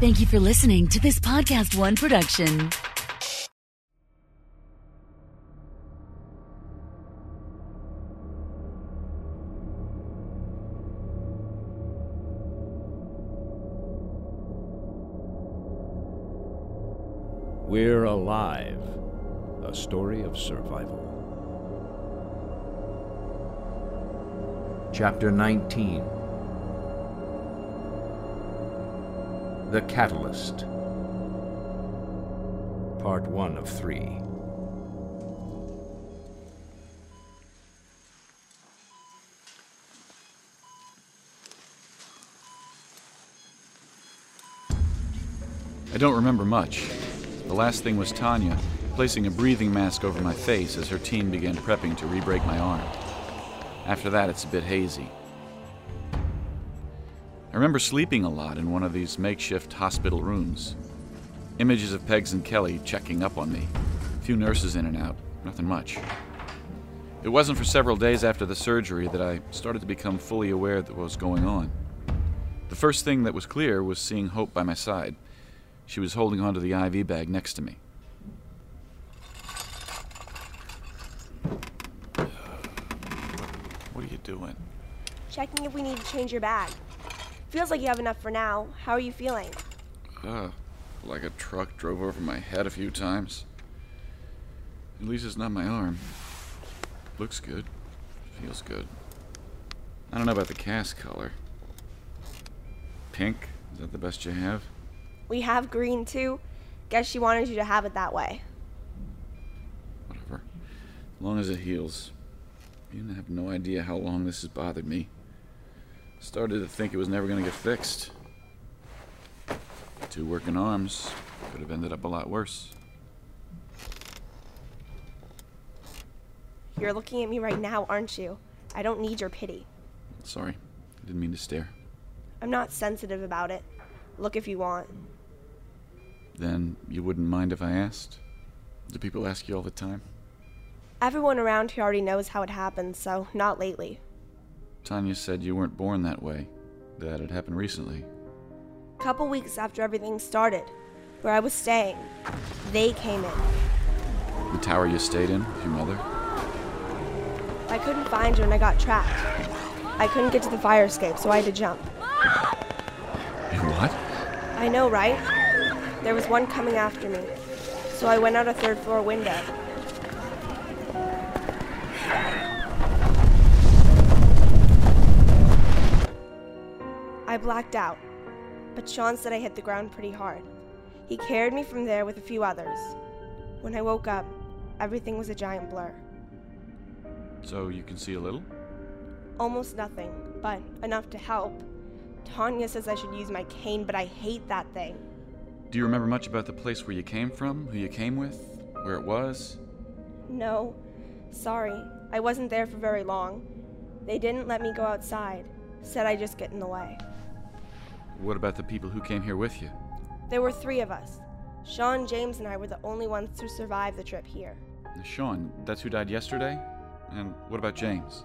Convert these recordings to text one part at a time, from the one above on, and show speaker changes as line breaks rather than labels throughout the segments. Thank you for listening to this Podcast One production.
We're Alive, a story of survival.
Chapter 19 The Catalyst Part 1 of 3
I don't remember much. The last thing was Tanya placing a breathing mask over my face as her team began prepping to re break my arm. After that, it's a bit hazy. I remember sleeping a lot in one of these makeshift hospital rooms. Images of Pegs and Kelly checking up on me. A few nurses in and out, nothing much. It wasn't for several days after the surgery that I started to become fully aware of what was going on. The first thing that was clear was seeing Hope by my side. She was holding onto the IV bag next to me. What are you doing?
Checking if we need to change your bag. Feels like you have enough for now. How are you feeling?
Uh, like a truck drove over my head a few times. At least it's not my arm. Looks good. Feels good. I don't know about the cast color. Pink? Is that the best you have?
We have green too. Guess she wanted you to have it that way.
Whatever. As long as it heals. You have no idea how long this has bothered me. Started to think it was never going to get fixed. Two working arms could have ended up a lot worse.
You're looking at me right now, aren't you? I don't need your pity.
Sorry, I didn't mean to stare.
I'm not sensitive about it. Look if you want.
Then you wouldn't mind if I asked? Do people ask you all the time?
Everyone around here already knows how it happened, so not lately.
Tanya said you weren't born that way, that it happened recently.
Couple weeks after everything started, where I was staying, they came in.
The tower you stayed in with your mother?
I couldn't find you and I got trapped. I couldn't get to the fire escape, so I had to jump.
what?
I know, right? There was one coming after me. So I went out a third floor window. I blacked out, but Sean said I hit the ground pretty hard. He carried me from there with a few others. When I woke up, everything was a giant blur.
So you can see a little?
Almost nothing, but enough to help. Tanya says I should use my cane, but I hate that thing.
Do you remember much about the place where you came from, who you came with, where it was?
No, sorry. I wasn't there for very long. They didn't let me go outside, said I just get in the way.
What about the people who came here with you?
There were three of us. Sean, James, and I were the only ones to survive the trip here.
Sean, that's who died yesterday? And what about James?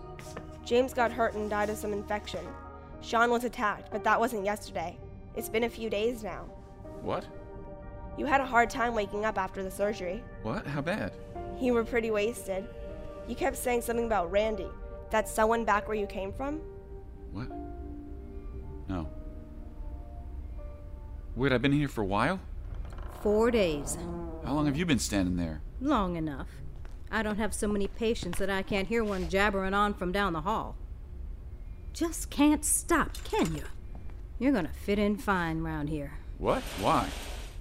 James got hurt and died of some infection. Sean was attacked, but that wasn't yesterday. It's been a few days now.
What?
You had a hard time waking up after the surgery.
What? How bad?
You were pretty wasted. You kept saying something about Randy. That's someone back where you came from?
What? No. Wait, I've been here for a while?
Four days.
How long have you been standing there?
Long enough. I don't have so many patients that I can't hear one jabbering on from down the hall. Just can't stop, can you? You're gonna fit in fine round here.
What? Why?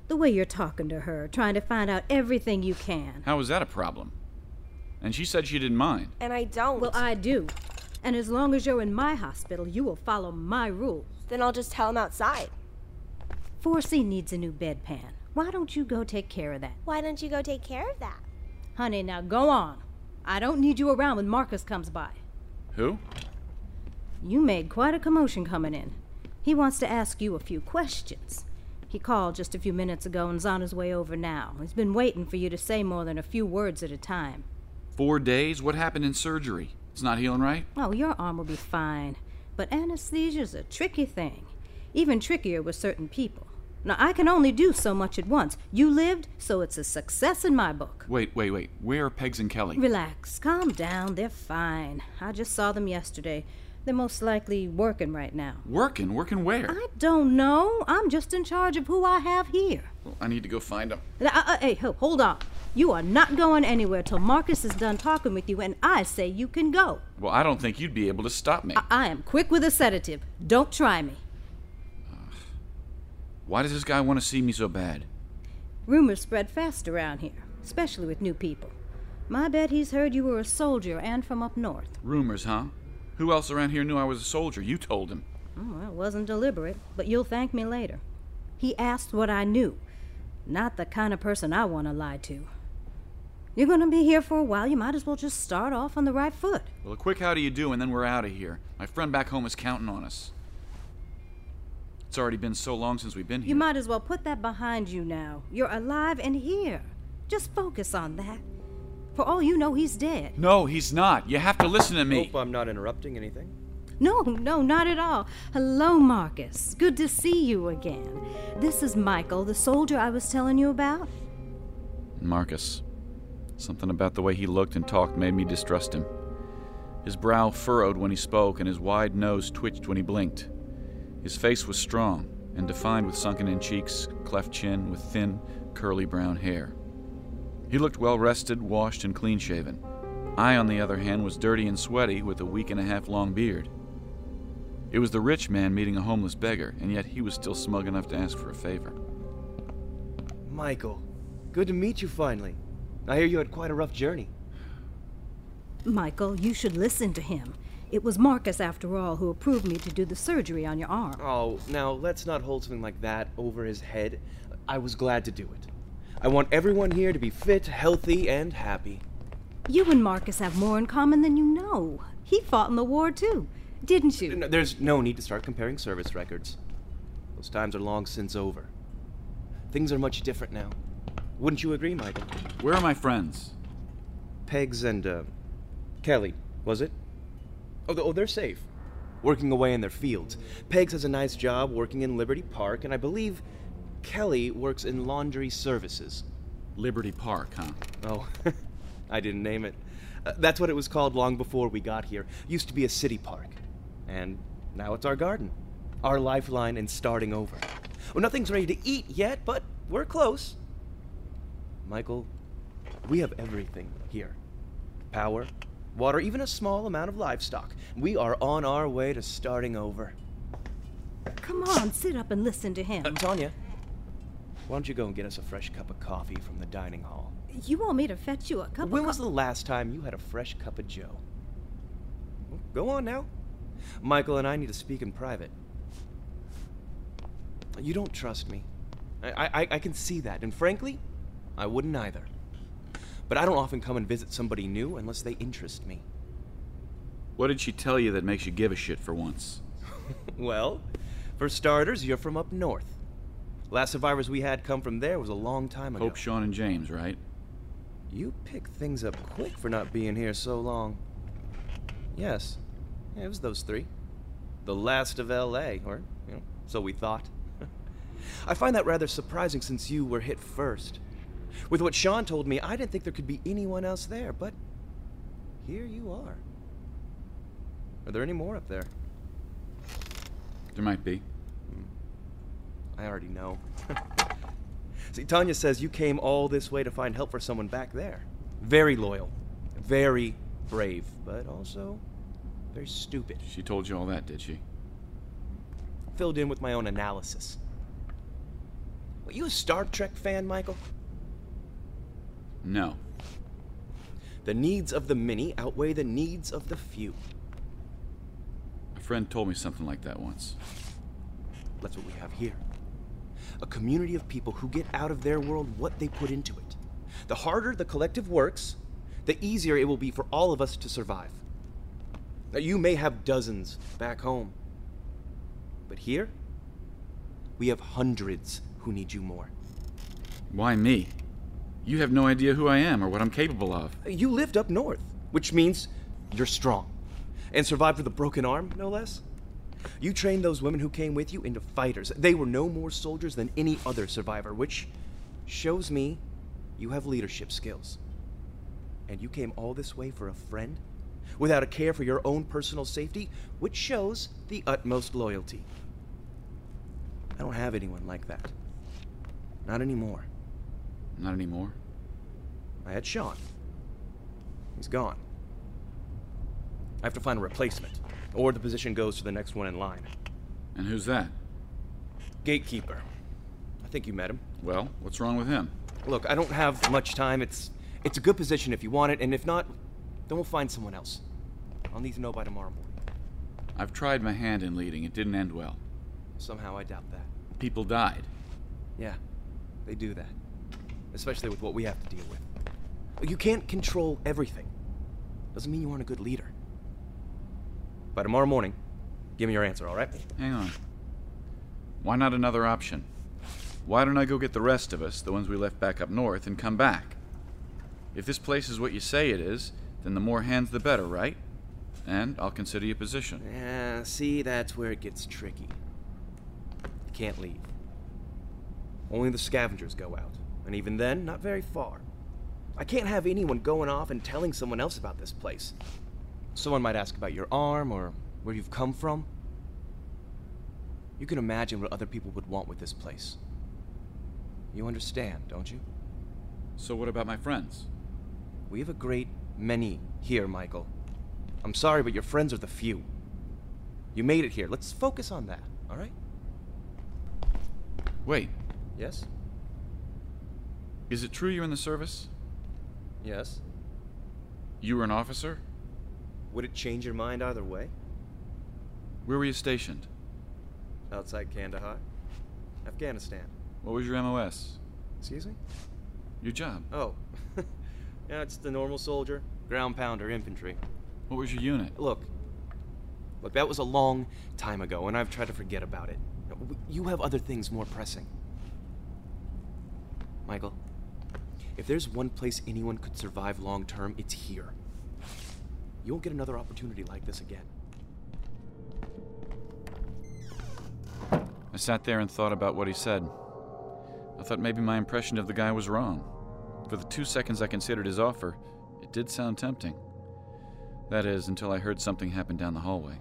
The way you're talking to her, trying to find out everything you can.
How is that a problem? And she said she didn't mind.
And I don't.
Well, I do. And as long as you're in my hospital, you will follow my rules.
Then I'll just tell him outside.
4C needs a new bedpan. Why don't you go take care of that?
Why don't you go take care of that?
Honey, now go on. I don't need you around when Marcus comes by.
Who?
You made quite a commotion coming in. He wants to ask you a few questions. He called just a few minutes ago and's on his way over now. He's been waiting for you to say more than a few words at a time.
Four days? What happened in surgery? It's not healing right?
Oh, your arm will be fine. But anesthesia's a tricky thing, even trickier with certain people. Now, I can only do so much at once. You lived, so it's a success in my book.
Wait, wait, wait. Where are Pegs and Kelly?
Relax, calm down, they're fine. I just saw them yesterday. They're most likely working right now.
Working? Working where?
I don't know. I'm just in charge of who I have here.
Well, I need to go find them.
Uh, uh, hey, ho- hold on. You are not going anywhere till Marcus is done talking with you, and I say you can go.
Well, I don't think you'd be able to stop me.
I, I am quick with a sedative. Don't try me.
Why does this guy want to see me so bad?
Rumors spread fast around here, especially with new people. My bet he's heard you were a soldier and from up north.
Rumors, huh? Who else around here knew I was a soldier? You told him.
Mm, Well, it wasn't deliberate, but you'll thank me later. He asked what I knew. Not the kind of person I want to lie to. You're going to be here for a while. You might as well just start off on the right foot.
Well, a quick how do you do, and then we're out of here. My friend back home is counting on us. It's already been so long since we've been here.
You might as well put that behind you now. You're alive and here. Just focus on that. For all you know, he's dead.
No, he's not. You have to listen to me.
Hope I'm not interrupting anything.
No, no, not at all. Hello, Marcus. Good to see you again. This is Michael, the soldier I was telling you about.
Marcus. Something about the way he looked and talked made me distrust him. His brow furrowed when he spoke, and his wide nose twitched when he blinked. His face was strong and defined with sunken in cheeks, cleft chin, with thin, curly brown hair. He looked well rested, washed, and clean shaven. I, on the other hand, was dirty and sweaty with a week and a half long beard. It was the rich man meeting a homeless beggar, and yet he was still smug enough to ask for a favor.
Michael, good to meet you finally. I hear you had quite a rough journey.
Michael, you should listen to him. It was Marcus, after all, who approved me to do the surgery on your arm.
Oh, now let's not hold something like that over his head. I was glad to do it. I want everyone here to be fit, healthy, and happy.
You and Marcus have more in common than you know. He fought in the war, too, didn't you?
No, There's no need to start comparing service records. Those times are long since over. Things are much different now. Wouldn't you agree, Michael?
Where are my friends?
Pegs and uh, Kelly, was it? Oh, th- oh, they're safe, working away in their fields. Pegs has a nice job working in Liberty Park, and I believe Kelly works in laundry services.
Liberty Park, huh?
Oh, I didn't name it. Uh, that's what it was called long before we got here. Used to be a city park, and now it's our garden, our lifeline, and starting over. Well, nothing's ready to eat yet, but we're close. Michael, we have everything here power, water, even a small amount of livestock. We are on our way to starting over.
Come on, sit up and listen to him.
Tanya, why don't you go and get us a fresh cup of coffee from the dining hall?
you want me to fetch you a cup
When
of
was
co-
the last time you had a fresh cup of joe? Go on now. Michael and I need to speak in private. You don't trust me. I, I, I can see that, and frankly, I wouldn't either. But I don't often come and visit somebody new unless they interest me.
What did she tell you that makes you give a shit for once?
Well, for starters, you're from up north. Last survivors we had come from there was a long time ago.
Hope Sean and James, right?
You pick things up quick for not being here so long. Yes, yeah, it was those three. The last of L.A., or, you know, so we thought. I find that rather surprising since you were hit first. With what Sean told me, I didn't think there could be anyone else there, but here you are. Are there any more up there?
There might be.
I already know. See, Tanya says you came all this way to find help for someone back there. Very loyal, very brave, but also very stupid.
She told you all that, did she?
Filled in with my own analysis. Were you a Star Trek fan, Michael?
No.
The needs of the many outweigh the needs of the few.
A friend told me something like that once.
That's what we have here. A community of people who get out of their world what they put into it. The harder the collective works, the easier it will be for all of us to survive. Now, you may have dozens back home, but here, we have hundreds who need you more.
Why me? You have no idea who I am or what I'm capable of.
You lived up north, which means you're strong and survived with a broken arm, no less. You trained those women who came with you into fighters. They were no more soldiers than any other survivor, which shows me you have leadership skills. And you came all this way for a friend? Without a care for your own personal safety, which shows the utmost loyalty. I don't have anyone like that. Not anymore.
Not anymore.
I had Sean. He's gone. I have to find a replacement, or the position goes to the next one in line.
And who's that?
Gatekeeper. I think you met him.
Well, what's wrong with him?
Look, I don't have much time. It's it's a good position if you want it, and if not, then we'll find someone else. I'll need to know by tomorrow morning.
I've tried my hand in leading, it didn't end well.
Somehow I doubt that.
People died.
Yeah, they do that. Especially with what we have to deal with. You can't control everything. Doesn't mean you aren't a good leader. By tomorrow morning, give me your answer, all right?
Hang on. Why not another option? Why don't I go get the rest of us, the ones we left back up north, and come back? If this place is what you say it is, then the more hands the better, right? And I'll consider your position.
Yeah, see, that's where it gets tricky. You can't leave. Only the scavengers go out, and even then, not very far. I can't have anyone going off and telling someone else about this place. Someone might ask about your arm or where you've come from. You can imagine what other people would want with this place. You understand, don't you?
So, what about my friends?
We have a great many here, Michael. I'm sorry, but your friends are the few. You made it here. Let's focus on that, all right?
Wait,
Yes?
is it true you're in the service?
Yes?
You were an officer?
Would it change your mind either way?
Where were you stationed?
Outside Kandahar? Afghanistan.
What was your MOS?
Excuse me?
Your job?
Oh. yeah, it's the normal soldier. Ground pounder, infantry.
What was your unit?
Look. Look, that was a long time ago, and I've tried to forget about it. You have other things more pressing. Michael, if there's one place anyone could survive long term, it's here. You won't get another opportunity like this again.
I sat there and thought about what he said. I thought maybe my impression of the guy was wrong. For the two seconds I considered his offer, it did sound tempting. That is, until I heard something happen down the hallway.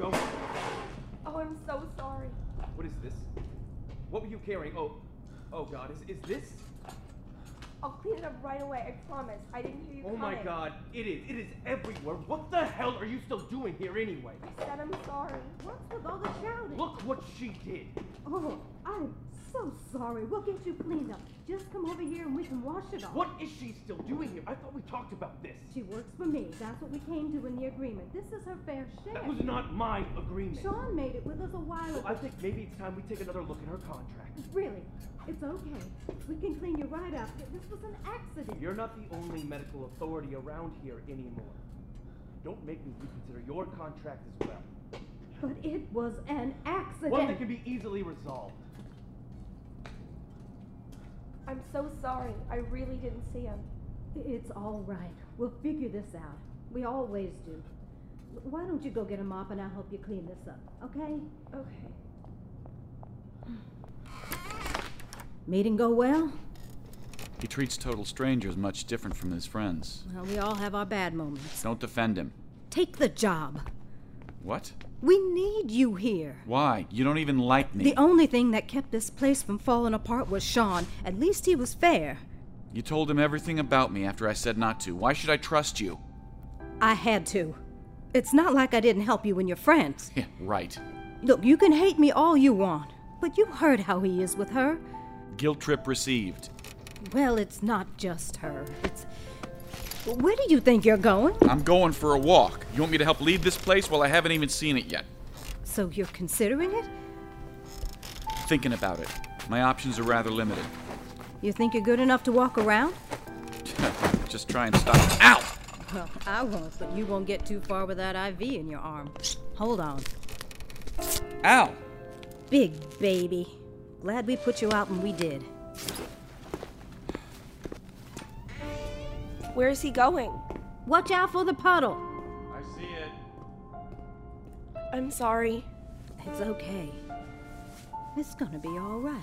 Oh, I'm so sorry.
What is this? What were you carrying? Oh, oh God! Is, is this?
I'll clean it up right away. I promise. I didn't hear you
Oh my god, it is. It is everywhere. What the hell are you still doing here anyway?
I said I'm sorry.
What's with all the shouting?
Look what she did.
Oh, I'm so sorry. We'll get you cleaned up. Just come over here and we can wash it off.
What is she still doing here? I thought we talked about this.
She works for me. That's what we came to in the agreement. This is her fair share.
That was not my agreement.
Sean made it with us a while ago.
I think maybe it's time we take another look at her contract.
Really, it's okay. We can clean you right up. This was an accident.
You're not the only medical authority around here anymore. Don't make me reconsider your contract as well.
But it was an accident.
One that can be easily resolved.
I'm so sorry. I really didn't see him.
It's all right. We'll figure this out. We always do. Why don't you go get a mop and I'll help you clean this up, okay?
Okay.
Meeting go well?
He treats total strangers much different from his friends.
Well, we all have our bad moments.
Don't defend him.
Take the job.
What?
We need you here.
Why? You don't even like me.
The only thing that kept this place from falling apart was Sean. At least he was fair.
you told him everything about me after I said not to. Why should I trust you?
I had to. It's not like I didn't help you and your friends.
Yeah, right.
Look, you can hate me all you want, but you heard how he is with her.
Guilt trip received.
Well, it's not just her. It's. Where do you think you're going?
I'm going for a walk. You want me to help leave this place? Well, I haven't even seen it yet.
So you're considering it?
Thinking about it. My options are rather limited.
You think you're good enough to walk around?
Just try and stop. Ow!
Well, I won't, but you won't get too far with that IV in your arm. Hold on.
Ow!
Big baby. Glad we put you out when we did.
Where is he going?
Watch out for the puddle.
I see it.
I'm sorry.
It's okay. It's gonna be all right.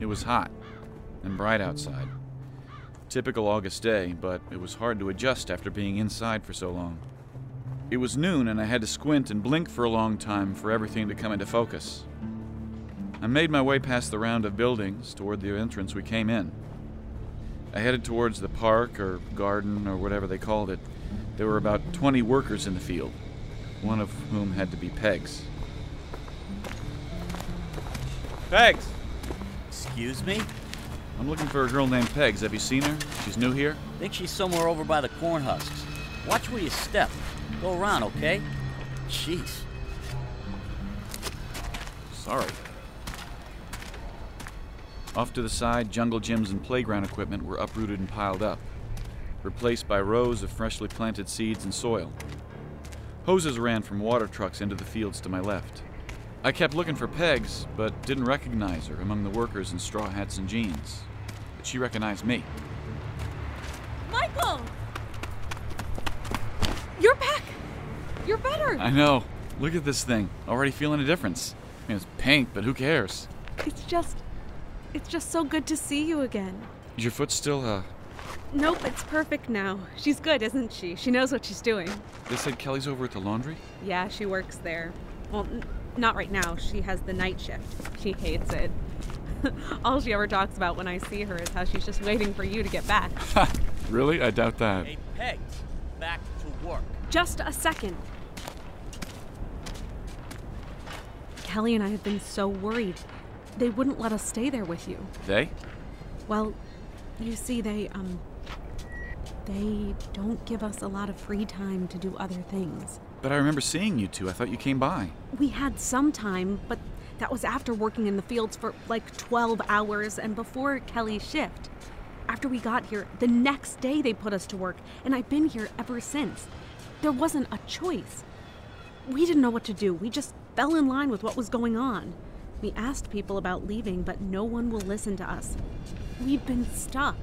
It was hot and bright outside. Typical August day, but it was hard to adjust after being inside for so long. It was noon, and I had to squint and blink for a long time for everything to come into focus. I made my way past the round of buildings toward the entrance we came in. I headed towards the park or garden or whatever they called it. There were about 20 workers in the field, one of whom had to be Pegs. Pegs!
Excuse me?
I'm looking for a girl named Pegs. Have you seen her? She's new here?
Think she's somewhere over by the corn husks. Watch where you step. Go around, okay? Jeez.
Sorry. Off to the side, jungle gyms and playground equipment were uprooted and piled up, replaced by rows of freshly planted seeds and soil. Hoses ran from water trucks into the fields to my left. I kept looking for Pegs, but didn't recognize her among the workers in straw hats and jeans. But she recognized me.
Michael! You're back! You're better!
I know. Look at this thing. Already feeling a difference. I mean, it's pink, but who cares?
It's just. It's just so good to see you again.
Is your foot still, uh.
Nope, it's perfect now. She's good, isn't she? She knows what she's doing.
They said Kelly's over at the laundry?
Yeah, she works there. Well, n- not right now. She has the night shift. She hates it. All she ever talks about when I see her is how she's just waiting for you to get back.
Really? I doubt that.
Hey, Pegs, back to work.
Just a second. Kelly and I have been so worried. They wouldn't let us stay there with you.
They?
Well, you see, they, um. They don't give us a lot of free time to do other things.
But I remember seeing you two. I thought you came by.
We had some time, but that was after working in the fields for like 12 hours and before Kelly's shift. After we got here, the next day they put us to work, and I've been here ever since. There wasn't a choice. We didn't know what to do. We just fell in line with what was going on. We asked people about leaving, but no one will listen to us. We've been stuck.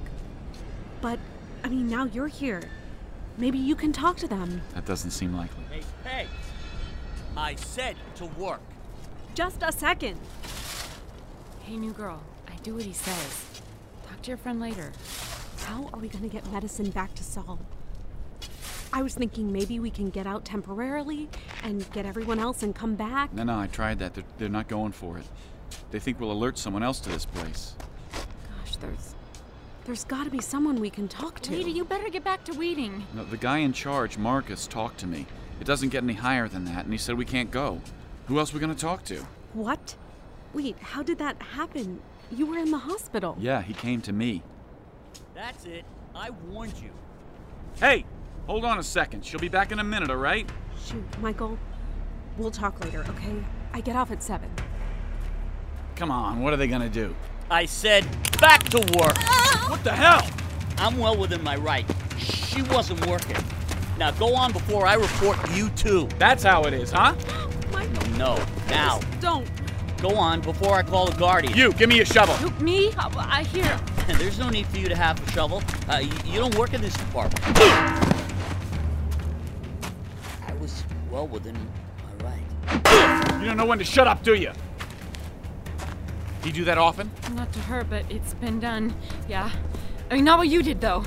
But, I mean, now you're here. Maybe you can talk to them.
That doesn't seem likely.
Hey, Pegs! I said to work.
Just a second.
Hey, new girl, I do what he says. Talk to your friend later.
How are we going to get medicine back to Saul? I was thinking maybe we can get out temporarily and get everyone else and come back.
No, no, I tried that. They're, they're not going for it. They think we'll alert someone else to this place.
Gosh, there's there's got to be someone we can talk to.
Lady, you better get back to weeding.
No, the guy in charge, Marcus, talked to me. It doesn't get any higher than that, and he said we can't go. Who else are we going to talk to?
What? Wait, how did that happen? You were in the hospital.
Yeah, he came to me.
That's it. I warned you.
Hey, hold on a second. She'll be back in a minute, all right?
Shoot, Michael. We'll talk later, okay? I get off at 7.
Come on, what are they going to do?
I said back to work.
What the hell?
I'm well within my right. She wasn't working. Now go on before I report you too.
That's how it is, huh?
Michael,
No, now.
don't.
Go on before I call the guardian.
You, give me a shovel.
Who, me? I, I hear.
There's no need for you to have a shovel. Uh, you, you don't work in this department. I was well within my right.
You don't know when to shut up, do you? Do you do that often?
Not to her, but it's been done. Yeah. I mean, not what you did, though.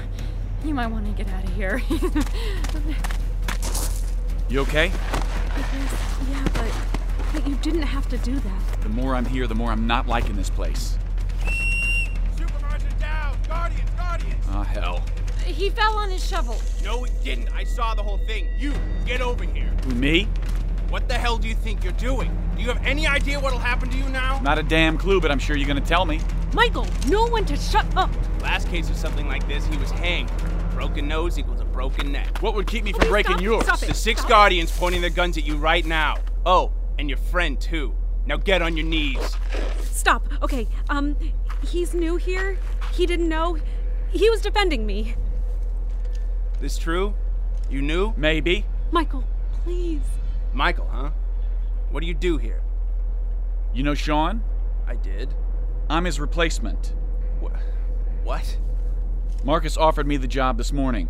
You might want to get out of here.
You okay?
Because, yeah, but, but you didn't have to do that.
The more I'm here, the more I'm not liking this place.
Supervisor down! Guardians, guardians!
Ah, hell.
he fell on his shovel.
No, it didn't. I saw the whole thing. You, get over here.
Who, me?
What the hell do you think you're doing? Do you have any idea what'll happen to you now?
Not a damn clue, but I'm sure you're gonna tell me.
Michael, no one to shut up.
Last case of something like this, he was hanged. Broken nose equals a broken neck.
What would keep me from
Please
breaking
stop,
yours?
stop
The
it.
six guardians pointing their guns at you right now. Oh, and your friend too. Now get on your knees.
Stop. Okay, um, he's new here. He didn't know. He was defending me.
This true?
You knew?
Maybe.
Michael, please.
Michael, huh? What do you do here?
You know Sean?
I did.
I'm his replacement.
What?
Marcus offered me the job this morning.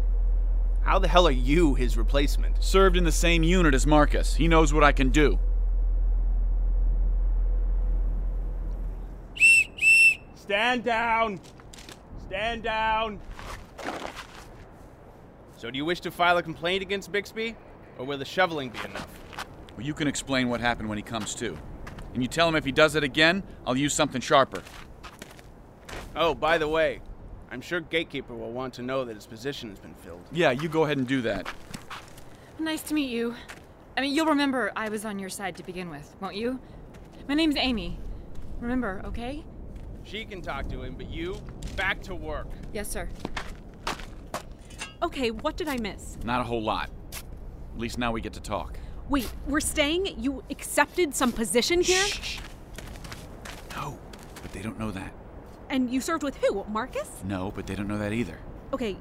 How the hell are you his replacement?
Served in the same unit as Marcus. He knows what I can do.
Stand down! Stand down! So, do you wish to file a complaint against Bixby? Or will the shoveling be enough?
Well, you can explain what happened when he comes to. And you tell him if he does it again, I'll use something sharper.
Oh, by the way, I'm sure Gatekeeper will want to know that his position has been filled.
Yeah, you go ahead and do that.
Nice to meet you. I mean, you'll remember I was on your side to begin with, won't you? My name's Amy. Remember, okay?
She can talk to him, but you, back to work.
Yes, sir.
Okay, what did I miss?
Not a whole lot. At least now we get to talk.
Wait, we're staying? You accepted some position here?
No, but they don't know that.
And you served with who? Marcus?
No, but they don't know that either.
Okay,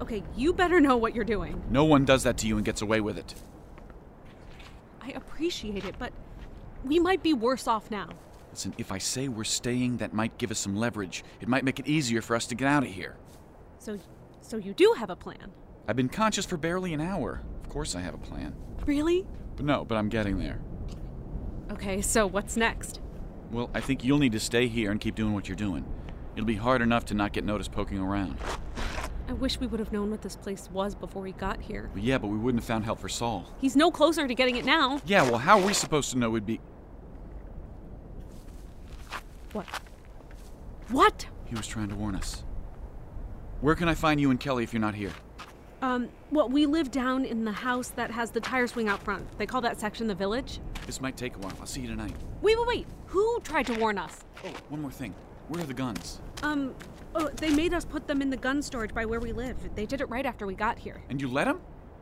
okay, you better know what you're doing.
No one does that to you and gets away with it.
I appreciate it, but we might be worse off now.
Listen, if I say we're staying, that might give us some leverage. It might make it easier for us to get out of here.
So, so you do have a plan?
I've been conscious for barely an hour. Of course I have a plan.
Really?
But no, but I'm getting there.
Okay, so what's next?
Well, I think you'll need to stay here and keep doing what you're doing. It'll be hard enough to not get noticed poking around.
I wish we would have known what this place was before we got here.
But yeah, but we wouldn't have found help for Saul.
He's no closer to getting it now.
Yeah, well, how are we supposed to know we'd be.
What? What?
He was trying to warn us. Where can I find you and Kelly if you're not here?
Um, well, we live down in the house that has the tire swing out front. They call that section the village.
This might take a while. I'll see you tonight.
Wait, wait, wait. Who tried to warn us?
Oh, one more thing. Where are the guns?
Um, oh, they made us put them in the gun storage by where we live. They did it right after we got here.
And you let them?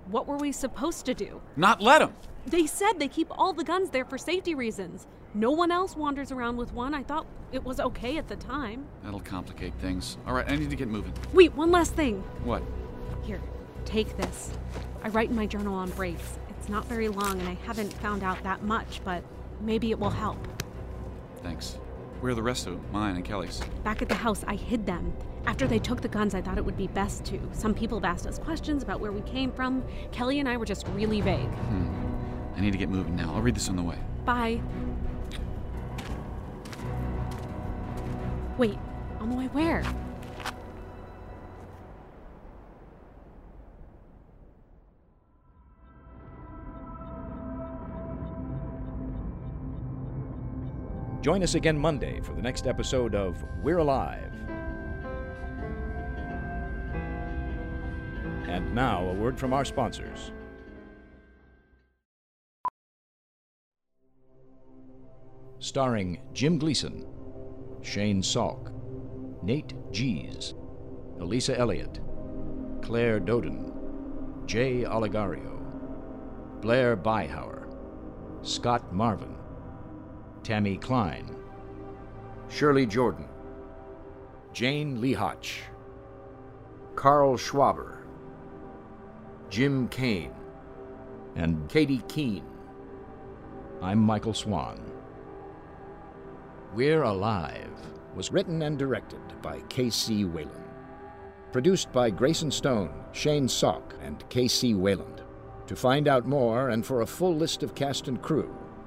What were we supposed to do?
Not let them!
They said they keep all the guns there for safety reasons. No one else wanders around with one. I thought it was okay at the time.
That'll complicate things. All right, I need to get moving.
Wait, one last thing.
What?
Here, take this. I write in my journal on breaks. It's not very long, and I haven't found out that much, but maybe it will help.
Thanks. Where are the rest of them? Mine and Kelly's.
Back at the house, I hid them. After they took the guns, I thought it would be best to. Some people have asked us questions about where we came from. Kelly and I were just really vague.
Hmm. I need to get moving now. I'll read this on the way.
Bye. Wait, on the way where?
Join us again Monday for the next episode of We're Alive. And now, a word from our sponsors. Starring Jim Gleason, Shane Salk, Nate Gies, Elisa Elliott, Claire Doden, Jay Oligario, Blair Beihauer, Scott Marvin, Tammy Klein,
Shirley Jordan,
Jane Lehotch,
Carl Schwaber, Jim Kane,
and
Katie Keene.
I'm Michael Swan. We're Alive was written and directed by K.C. Whalen. Produced by Grayson Stone, Shane Salk, and K.C. Wayland. To find out more and for a full list of cast and crew,